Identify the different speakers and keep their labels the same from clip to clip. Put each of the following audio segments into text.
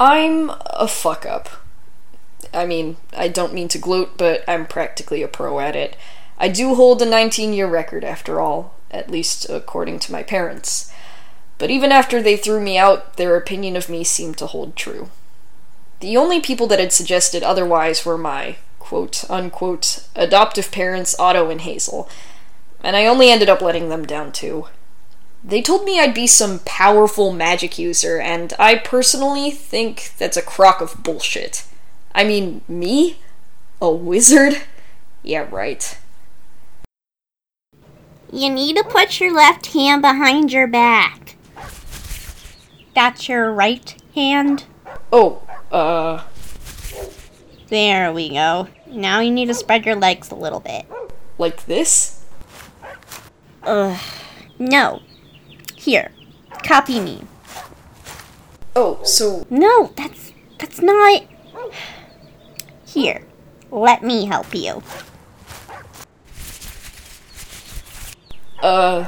Speaker 1: I'm a fuck up. I mean, I don't mean to gloat, but I'm practically a pro at it. I do hold a 19 year record, after all, at least according to my parents. But even after they threw me out, their opinion of me seemed to hold true. The only people that had suggested otherwise were my quote unquote adoptive parents, Otto and Hazel, and I only ended up letting them down too. They told me I'd be some powerful magic user, and I personally think that's a crock of bullshit. I mean, me? A wizard? Yeah, right.
Speaker 2: You need to put your left hand behind your back. That's your right hand.
Speaker 1: Oh, uh,
Speaker 2: There we go. Now you need to spread your legs a little bit.
Speaker 1: like this?
Speaker 2: Ugh. No. Here. Copy me.
Speaker 1: Oh, so,
Speaker 2: No, that's that's not Here. Let me help you.
Speaker 1: uh,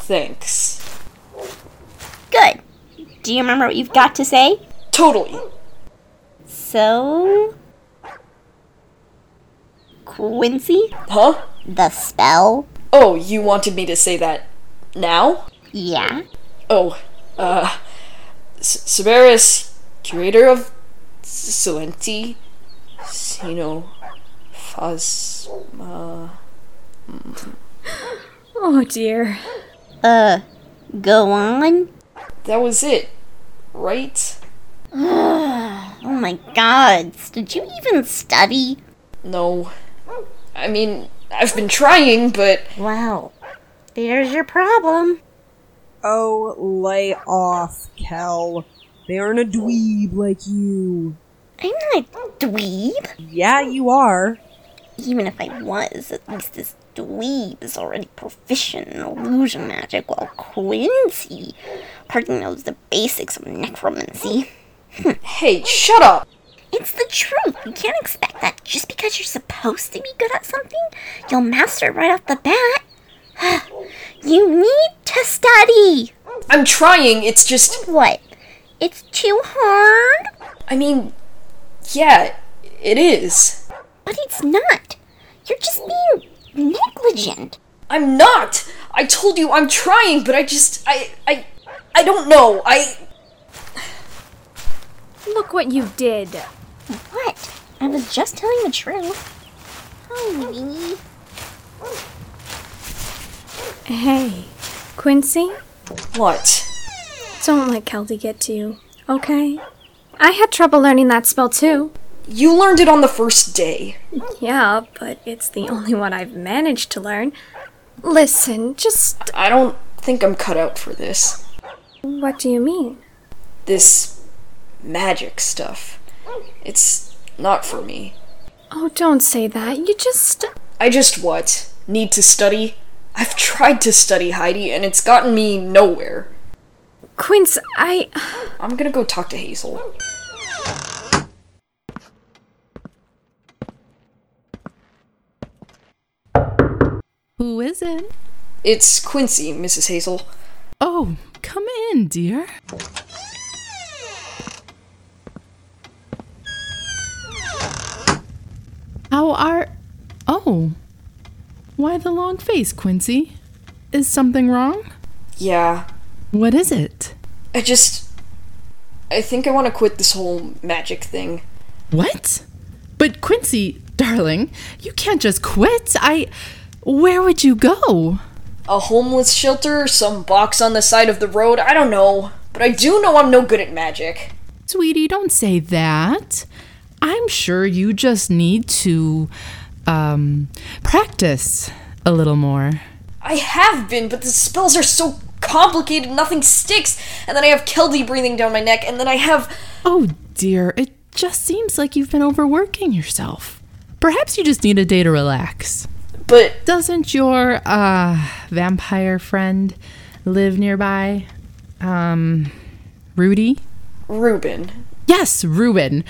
Speaker 1: thanks.
Speaker 2: Good. Do you remember what you've got to say?
Speaker 1: Totally.
Speaker 2: So Quincy,
Speaker 1: Huh?
Speaker 2: the spell?
Speaker 1: Oh, you wanted me to say that now?
Speaker 2: Yeah.
Speaker 1: Oh, uh, S- Severus, curator of Silenti, Sino, Phasma.
Speaker 3: Oh dear.
Speaker 2: Uh go on.
Speaker 1: That was it, right?
Speaker 2: Oh my god. Did you even study?
Speaker 1: No. I mean, I've been trying, but
Speaker 2: Well, there's your problem.
Speaker 4: Oh, lay off, Kel. They aren't a dweeb like you.
Speaker 2: I'm not a dweeb.
Speaker 4: Yeah, you are.
Speaker 2: Even if I was, at least this dweeb is already proficient in illusion magic, while Quincy hardly knows the basics of necromancy.
Speaker 1: hey, shut up!
Speaker 2: It's the truth. You can't expect that just because you're supposed to be good at something, you'll master it right off the bat. you need to study.
Speaker 1: I'm trying, it's just.
Speaker 2: What? It's too hard?
Speaker 1: I mean, yeah, it is.
Speaker 2: But it's not. You're just being negligent.
Speaker 1: I'm not! I told you I'm trying, but I just. I. I. I don't know. I.
Speaker 3: Look what you did.
Speaker 2: What? I was just telling the truth. Oh, Holy.
Speaker 3: Hey, Quincy,
Speaker 1: What?
Speaker 3: don't let Keldy get to you, okay? I had trouble learning that spell too.
Speaker 1: You learned it on the first day.
Speaker 3: Yeah, but it's the only one I've managed to learn. Listen, just
Speaker 1: I don't think I'm cut out for this.
Speaker 3: what do you mean?
Speaker 1: This. magic stuff. It's not for me.
Speaker 3: Oh, don't say that. You just.
Speaker 1: I just what? Need to study? I've tried to study, Heidi, and it's gotten me nowhere.
Speaker 3: Quince, I.
Speaker 1: I'm gonna go talk to Hazel.
Speaker 5: Who is it?
Speaker 1: It's Quincy, Mrs. Hazel.
Speaker 5: Oh, come in, dear. How are. Oh. Why the long face, Quincy? Is something wrong?
Speaker 1: Yeah,
Speaker 5: What is it?
Speaker 1: I just. I think I want to quit this whole magic thing.
Speaker 5: What? But, Quincy, darling, you can't just quit. I. Where would you go?
Speaker 1: A homeless shelter, some box on the side of the road, I don't know. But I do know I'm no good at magic.
Speaker 5: Sweetie, don't say that. I'm sure you just need to um, practice a little more.
Speaker 1: I have been, but the spells are so complicated, nothing sticks. And then I have Keldy breathing down my neck, and then I have.
Speaker 5: Oh dear, it just seems like you've been overworking yourself. Perhaps you just need a day to relax.
Speaker 1: But
Speaker 5: Doesn't your uh, vampire friend live nearby? Um, Rudy?
Speaker 1: Reuben.
Speaker 5: Yes, Ruben.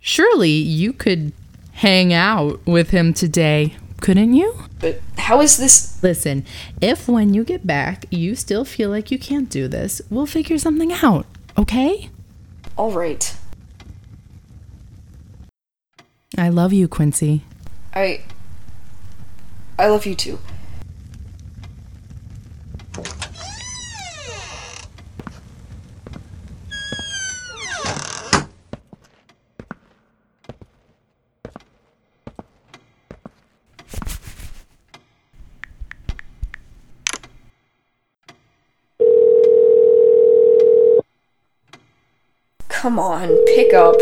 Speaker 5: Surely you could hang out with him today, couldn't you?
Speaker 1: But how is this.
Speaker 5: Listen, if when you get back you still feel like you can't do this, we'll figure something out, okay?
Speaker 1: Alright.
Speaker 5: I love you, Quincy.
Speaker 1: I. I love you too. Come on, pick up.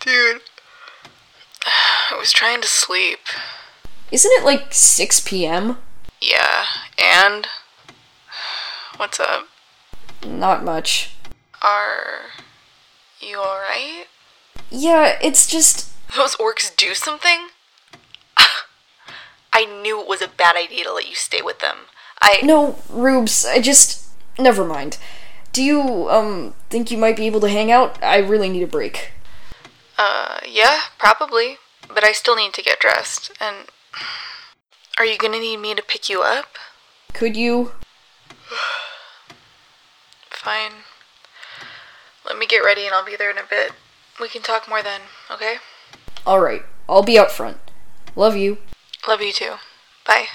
Speaker 6: Dude, I was trying to sleep.
Speaker 1: Isn't it like 6 p.m.?
Speaker 6: Yeah, and what's up?
Speaker 1: Not much.
Speaker 6: Are you alright?
Speaker 1: Yeah, it's just.
Speaker 6: Those orcs do something? I knew it was a bad idea to let you stay with them. I.
Speaker 1: No, Rubes, I just. Never mind. Do you, um, think you might be able to hang out? I really need a break.
Speaker 6: Uh, yeah, probably. But I still need to get dressed. And are you gonna need me to pick you up?
Speaker 1: Could you?
Speaker 6: Fine. Let me get ready and I'll be there in a bit. We can talk more then, okay?
Speaker 1: Alright, I'll be out front. Love you.
Speaker 6: Love you too. Bye.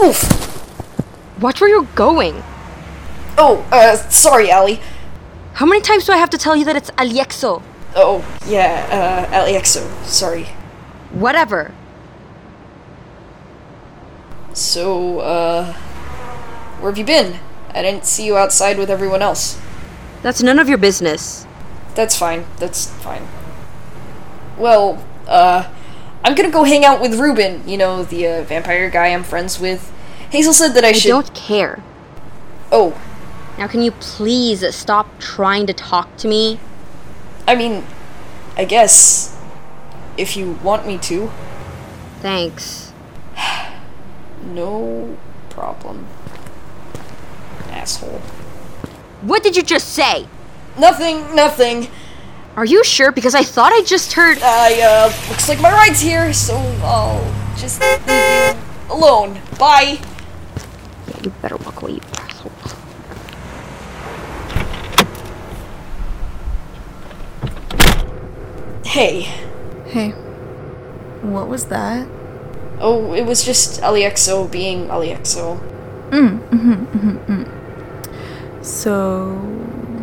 Speaker 1: Oof!
Speaker 7: Watch where you're going.
Speaker 1: Oh, uh, sorry, Allie.
Speaker 7: How many times do I have to tell you that it's Aliexo?
Speaker 1: Oh, yeah, uh, Aliexo, sorry.
Speaker 7: Whatever.
Speaker 1: So, uh, where have you been? I didn't see you outside with everyone else.
Speaker 7: That's none of your business.
Speaker 1: That's fine, that's fine. Well, uh, I'm gonna go hang out with Ruben, you know, the uh, vampire guy I'm friends with. Hazel said that I,
Speaker 7: I
Speaker 1: should.
Speaker 7: don't care.
Speaker 1: Oh,
Speaker 7: Now, can you please stop trying to talk to me?
Speaker 1: I mean, I guess. If you want me to.
Speaker 7: Thanks.
Speaker 1: No problem. Asshole.
Speaker 7: What did you just say?
Speaker 1: Nothing, nothing.
Speaker 7: Are you sure? Because I thought I just heard.
Speaker 1: I, uh, looks like my ride's here, so I'll just leave you alone. Bye.
Speaker 7: Yeah, you better walk away, you asshole.
Speaker 1: Hey.
Speaker 8: Hey, what was that?
Speaker 1: Oh, it was just Aliexo being E Aliexo.
Speaker 8: Mm, mm-hmm, So,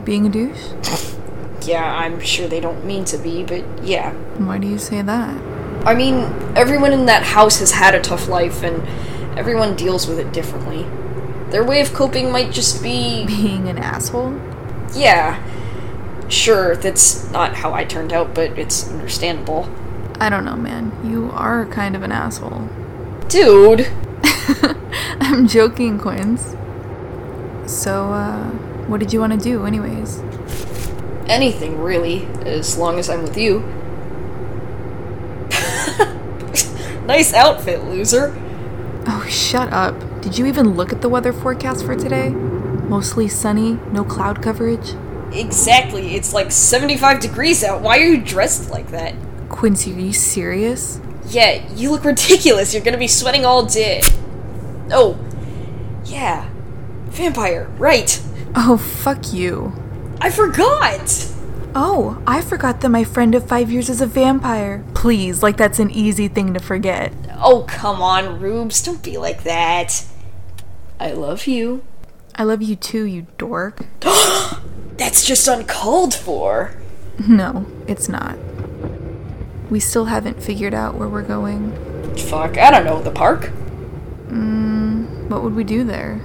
Speaker 8: being a douche?
Speaker 1: Yeah, I'm sure they don't mean to be, but yeah.
Speaker 8: Why do you say that?
Speaker 1: I mean, everyone in that house has had a tough life, and everyone deals with it differently. Their way of coping might just be.
Speaker 8: Being an asshole?
Speaker 1: Yeah. Sure, that's not how I turned out, but it's understandable.
Speaker 8: I don't know, man. You are kind of an asshole.
Speaker 1: Dude!
Speaker 8: I'm joking, Quince. So, uh, what did you want to do, anyways?
Speaker 1: Anything, really, as long as I'm with you. nice outfit, loser.
Speaker 8: Oh, shut up. Did you even look at the weather forecast for today? Mostly sunny, no cloud coverage?
Speaker 1: Exactly, it's like 75 degrees out. Why are you dressed like that?
Speaker 8: Quincy, are you serious?
Speaker 1: Yeah, you look ridiculous. You're gonna be sweating all day. Oh, yeah. Vampire, right.
Speaker 8: Oh, fuck you.
Speaker 1: I forgot!
Speaker 8: Oh, I forgot that my friend of five years is a vampire. Please, like that's an easy thing to forget.
Speaker 1: Oh, come on, Rubes, don't be like that. I love you.
Speaker 8: I love you too, you dork.
Speaker 1: That's just uncalled for.
Speaker 8: No, it's not. We still haven't figured out where we're going.
Speaker 1: Fuck, I don't know, the park?
Speaker 8: What would we do there?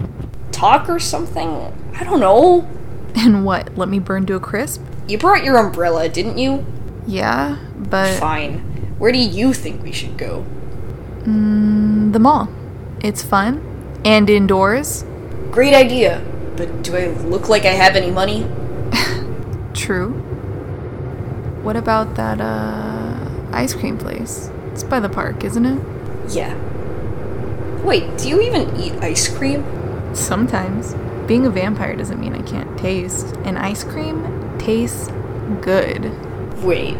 Speaker 1: Talk or something? I don't know.
Speaker 8: And what, let me burn to a crisp?
Speaker 1: You brought your umbrella, didn't you?
Speaker 8: Yeah, but
Speaker 1: Fine. Where do you think we should go?
Speaker 8: the mall. It's fun and indoors.
Speaker 1: Great idea. But do I look like I have any money?
Speaker 8: True. What about that, uh, ice cream place? It's by the park, isn't it?
Speaker 1: Yeah. Wait, do you even eat ice cream?
Speaker 8: Sometimes. Being a vampire doesn't mean I can't taste, and ice cream tastes good.
Speaker 1: Wait.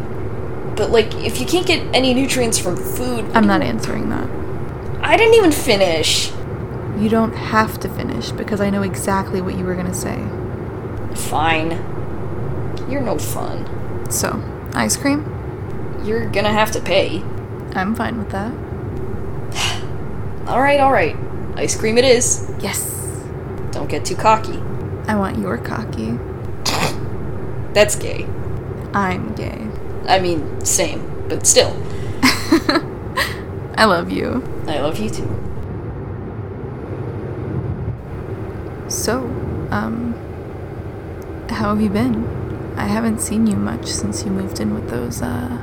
Speaker 1: But, like, if you can't get any nutrients from food.
Speaker 8: I'm not answering that.
Speaker 1: I didn't even finish.
Speaker 8: You don't have to finish because I know exactly what you were gonna say.
Speaker 1: Fine. You're no fun.
Speaker 8: So, ice cream?
Speaker 1: You're gonna have to pay.
Speaker 8: I'm fine with that.
Speaker 1: Alright, alright. Ice cream it is.
Speaker 8: Yes.
Speaker 1: Don't get too cocky.
Speaker 8: I want your cocky.
Speaker 1: That's gay.
Speaker 8: I'm gay.
Speaker 1: I mean, same, but still.
Speaker 8: I love you.
Speaker 1: I love you too.
Speaker 8: So, um, how have you been? I haven't seen you much since you moved in with those, uh,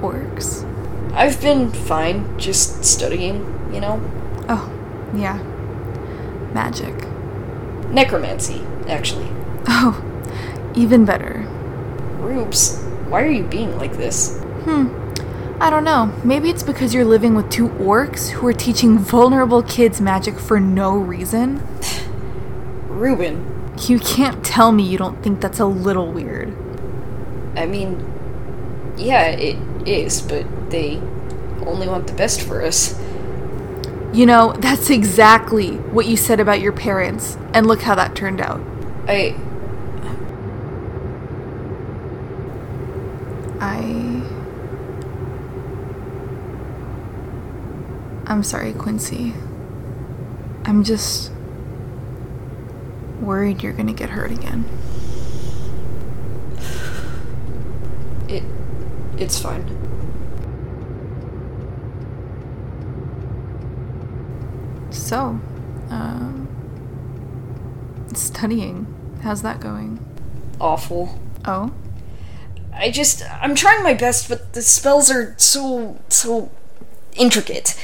Speaker 8: orcs.
Speaker 1: I've been fine, just studying, you know?
Speaker 8: Oh, yeah. Magic.
Speaker 1: Necromancy, actually.
Speaker 8: Oh, even better.
Speaker 1: Rubes, why are you being like this?
Speaker 8: I don't know. Maybe it's because you're living with two orcs who are teaching vulnerable kids magic for no reason.
Speaker 1: Ruben,
Speaker 8: You can't tell me you don't think that's a little weird.
Speaker 1: I mean, yeah, it is, but they only want the best for us.
Speaker 8: You know, that's exactly what you said about your parents, and look how that turned out.
Speaker 1: I.
Speaker 8: I. I'm sorry, Quincy. I'm just worried you're gonna get hurt again.
Speaker 1: It. It's fine.
Speaker 8: So, um, studying. How's that going?
Speaker 1: Awful.
Speaker 8: Oh,
Speaker 1: I just. I'm trying my best, but the spells are so. so. intricate.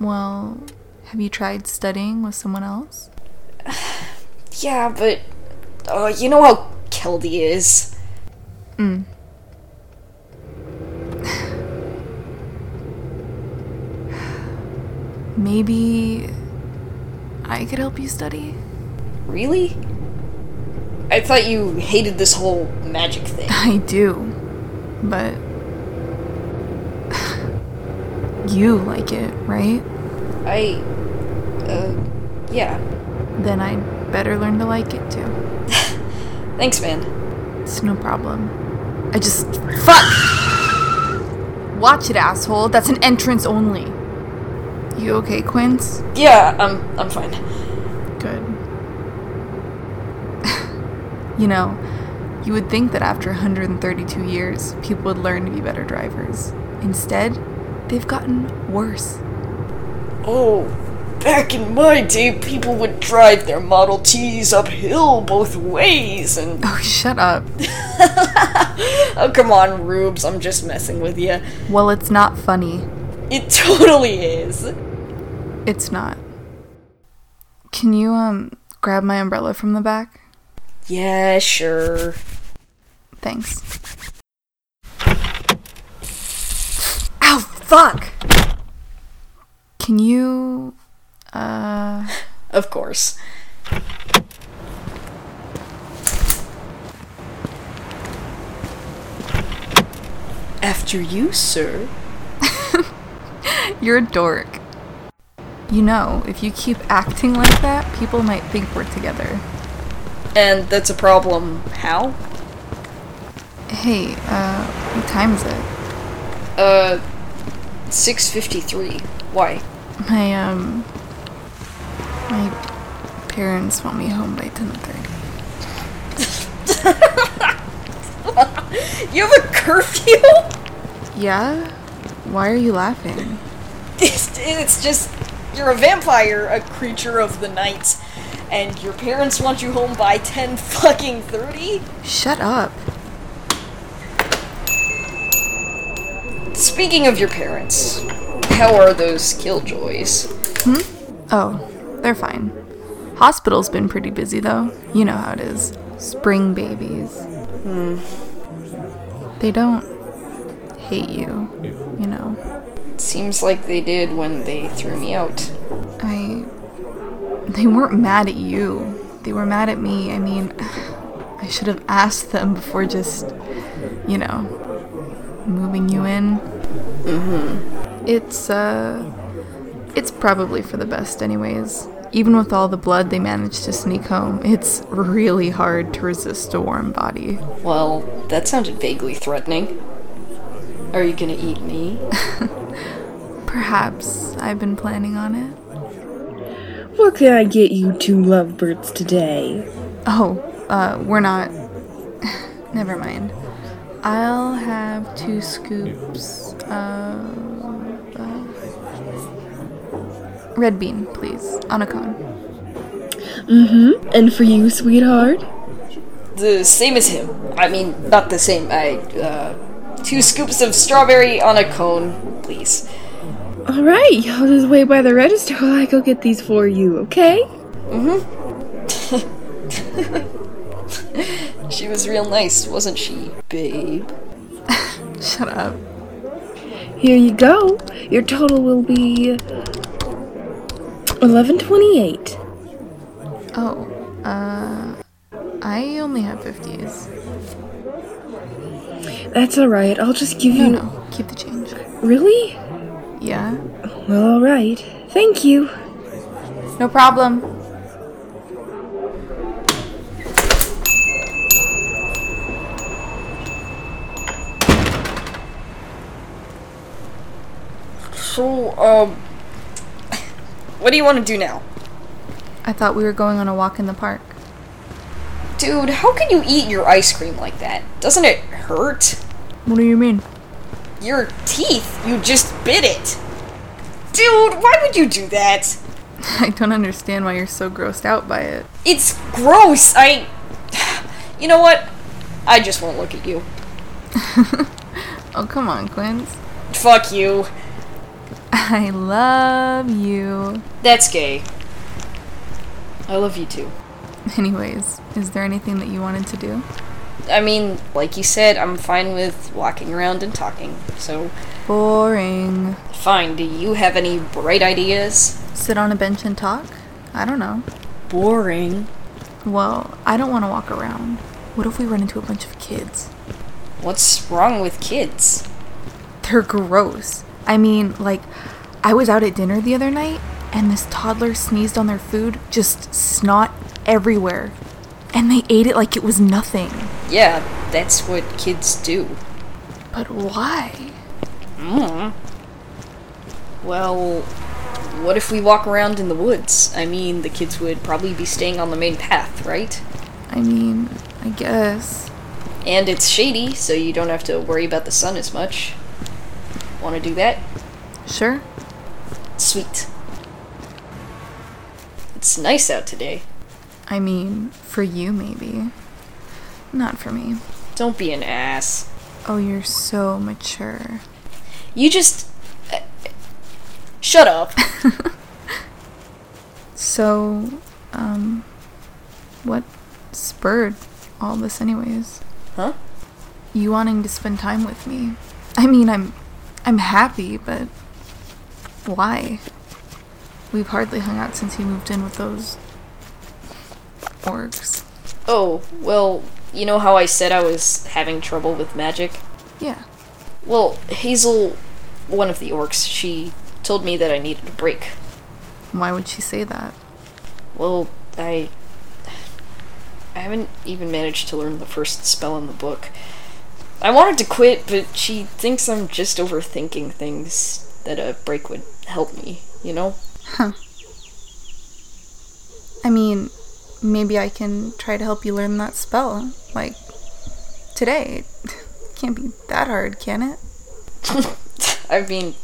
Speaker 8: well, have you tried studying with someone else?
Speaker 1: Yeah, but. Uh, you know how Keldy is.
Speaker 8: Maybe I could help you study?
Speaker 1: Really? I thought you hated this whole magic thing.
Speaker 8: I do, but. you like it, right?
Speaker 1: I. Uh, yeah.
Speaker 8: Then I'd better learn to like it too.
Speaker 1: Thanks, man.
Speaker 8: It's no problem. I just. Fuck! Watch it, asshole. That's an entrance only. You okay, Quince?
Speaker 1: Yeah, I'm I'm fine.
Speaker 8: Good. you know, you would think that after 132 years, people would learn to be better drivers. Instead, they've gotten worse.
Speaker 1: Oh, back in my day, people would drive their Model Ts uphill both ways, and
Speaker 8: Oh, shut up.
Speaker 1: oh, come on, Rubes, I'm just messing with you.
Speaker 8: Well, it's not funny.
Speaker 1: It totally is.
Speaker 8: It's not. Can you, um, grab my umbrella from the back?
Speaker 1: Yeah, sure.
Speaker 8: Thanks. Ow, fuck! Can you. Uh.
Speaker 1: Of course. After you, sir.
Speaker 8: You're a dork. You know, if you keep acting like that, people might think we're together.
Speaker 1: And that's a problem. How?
Speaker 8: Hey, uh, what time is it?
Speaker 1: Uh, 653. Why?
Speaker 8: My, um. My parents want me home by 10.30.
Speaker 1: You have a curfew?
Speaker 8: Yeah? Why are you laughing?
Speaker 1: It's, it's just, you're a vampire, a creature of the night, and your parents want you home by 10 fucking 30?
Speaker 8: Shut up.
Speaker 1: Speaking of your parents, how are those killjoys?
Speaker 8: Oh, they're fine. Hospital's been pretty busy though. You know how it is. Spring babies. Hmm. They don't hate you, you know.
Speaker 1: Seems like they did when they threw me out.
Speaker 8: I They weren't mad at you. They were mad at me. I mean, I should have asked them before just, you know, moving you in. Mm-hmm. It's, uh, it's probably for the best, anyways. Even with all the blood they managed to sneak home, it's really hard to resist a warm body.
Speaker 1: Well, that sounded vaguely threatening. Are you gonna eat me?
Speaker 8: Perhaps I've been planning on it.
Speaker 9: What can I get you two lovebirds today?
Speaker 8: Oh, uh, we're not. Never mind. I'll have two scoops of. Uh, red bean, please, on a cone.
Speaker 9: And for you, sweetheart?
Speaker 1: The same as him. I mean, not the same. I, uh, two scoops of strawberry on a cone, please.
Speaker 9: Alright, y'all just wait by the register while I go get these for you, okay?
Speaker 1: She was real nice, wasn't she, babe?
Speaker 8: Shut up.
Speaker 9: Here you go. Oh, Your total will be. 1128.
Speaker 8: Oh, uh. I only have 50s.
Speaker 9: That's alright, I'll just give
Speaker 8: No,
Speaker 9: you.
Speaker 8: no, keep the change.
Speaker 9: Really?
Speaker 8: Yeah?
Speaker 9: Well, alright. Thank you.
Speaker 8: No problem.
Speaker 1: So, um. What do you want to do now?
Speaker 8: I thought we were going on a walk in the park.
Speaker 1: Dude, how can you eat your ice cream like that? Doesn't it hurt?
Speaker 8: What do you mean?
Speaker 1: Your teeth, you just bit it. Dude, why would you do that?
Speaker 8: I don't understand why you're so grossed out by it.
Speaker 1: It's gross. I. You know what? I just won't look at you.
Speaker 8: Oh, come on, Quince.
Speaker 1: Fuck you.
Speaker 8: I love you.
Speaker 1: That's gay. I love you too.
Speaker 8: Anyways, is there anything that you wanted to do?
Speaker 1: I mean, like you said, I'm fine with walking around and talking. So,
Speaker 8: Boring.
Speaker 1: fine. Do you have any bright ideas?
Speaker 8: Sit on a bench and talk? I don't know.
Speaker 1: Boring.
Speaker 8: Well, I don't want to walk around. What if we run into a bunch of kids?
Speaker 1: What's wrong with kids?
Speaker 8: They're gross. I mean, like, I was out at dinner the other night and this toddler sneezed on their food, just snot everywhere. And they ate it like it was nothing.
Speaker 1: Yeah, that's what kids do.
Speaker 8: But why?
Speaker 1: Well, what if we walk around in the woods? I mean, the kids would probably be staying on the main path, right?
Speaker 8: I mean, I guess.
Speaker 1: And it's shady, so you don't have to worry about the sun as much. Want to do that?
Speaker 8: Sure.
Speaker 1: Sweet. It's nice out today.
Speaker 8: I mean, for you, maybe. Not for me.
Speaker 1: Don't be an ass.
Speaker 8: Oh, you're so mature.
Speaker 1: You just. Shut up.
Speaker 8: So, um, what spurred all this, anyways?
Speaker 1: Huh?
Speaker 8: You wanting to spend time with me? I mean, I'm, I'm happy, but why? We've hardly hung out since you moved in with those orcs.
Speaker 1: Oh, well, you know how I said I was having trouble with magic?
Speaker 8: Yeah.
Speaker 1: Well, Hazel, one of the orcs, she told me that I needed a break.
Speaker 8: Why would she say that?
Speaker 1: Well, I. I haven't even managed to learn the first spell in the book. I wanted to quit, but she thinks I'm just overthinking things that a break would help me, you know?
Speaker 8: I mean, maybe I can try to help you learn that spell. Like, today. Can't be that hard, can it?
Speaker 1: I mean,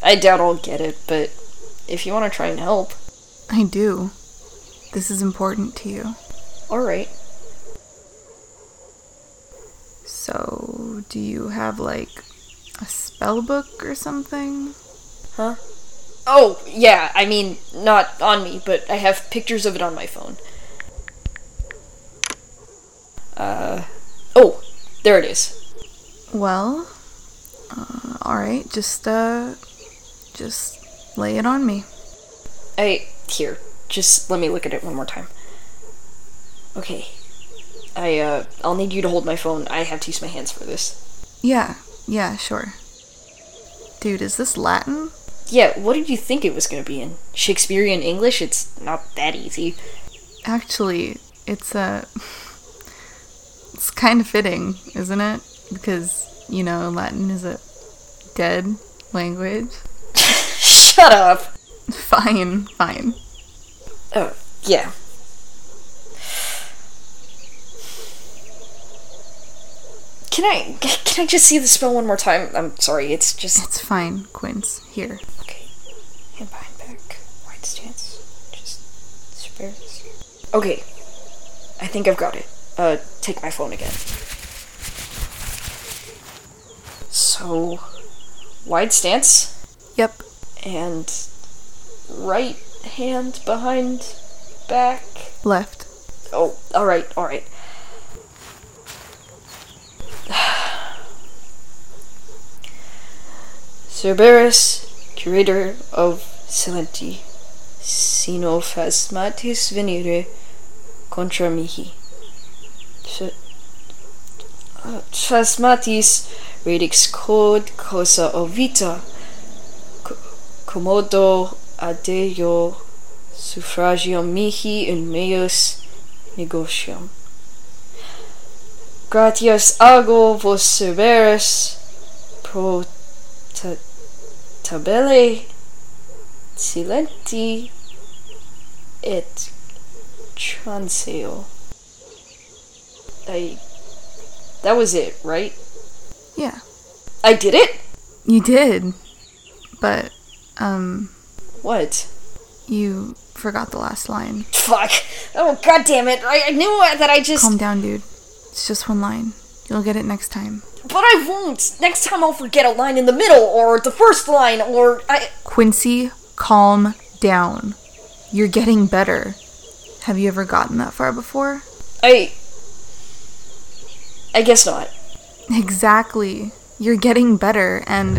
Speaker 1: I doubt I'll get it, but if you want to try and help,
Speaker 8: I do. This is important to you.
Speaker 1: alright.
Speaker 8: So, do you have like a spell book or something?
Speaker 1: Oh, yeah, I mean, not on me, but I have pictures of it on my phone. Uh. Oh, there it is.
Speaker 8: Well, uh, all right, just uh just lay it on me.
Speaker 1: I. Here, Just let me look at it one more time. Okay. I, uh, I'll need you to hold my phone. I have to use my hands for this.
Speaker 8: Yeah, yeah, sure. Dude, is this Latin?
Speaker 1: Yeah, what did you think it was gonna be in? Shakespearean English? It's not that easy.
Speaker 8: Actually, it's a. It's kind of fitting, isn't it? Because, you know, Latin is a dead language.
Speaker 1: Shut up!
Speaker 8: Fine, fine.
Speaker 1: Oh, yeah. Can I can I just see the spell one more time? I'm sorry, it's just
Speaker 8: It's fine, Quince. Here.
Speaker 1: Okay. Hand behind back. Wide stance. Just spares. Okay. I think I've got it. Uh, take my phone again. So, wide stance
Speaker 8: Yep.
Speaker 1: and right hand behind back.
Speaker 8: Left.
Speaker 1: Oh, alright, alright. Cerberus, curator of Silenti, Sinophasmatis venire contra mihi. Ph- uh, Phasmatis radix cod cosa ovita, co- commodo adeo suffragium mihi in meus negotium. Gratias ago vos severus pro ta- tabelle silenti et transeo. I. That was it, right?
Speaker 8: Yeah.
Speaker 1: I did it?
Speaker 8: You did. But, um,
Speaker 1: What?
Speaker 8: you forgot the last line.
Speaker 1: Fuck. Oh, god damn it. I, I knew that I just.
Speaker 8: Calm down, dude. It's just one line. You'll get it next time.
Speaker 1: But I won't. Next time I'll forget a line in the middle, or the first line, or I.
Speaker 8: Quincy, calm down. You're getting better. Have you ever gotten that far before?
Speaker 1: I. I guess not.
Speaker 8: Exactly. You're getting better, and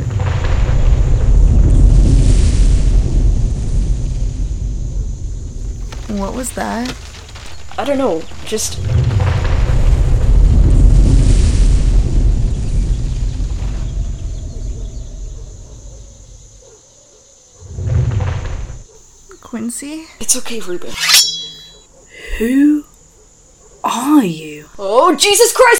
Speaker 8: what was that?
Speaker 1: I don't know. Just.
Speaker 8: Quincy?
Speaker 1: It's okay, Ruben.
Speaker 10: Who are you?
Speaker 1: Oh, Jesus Christ!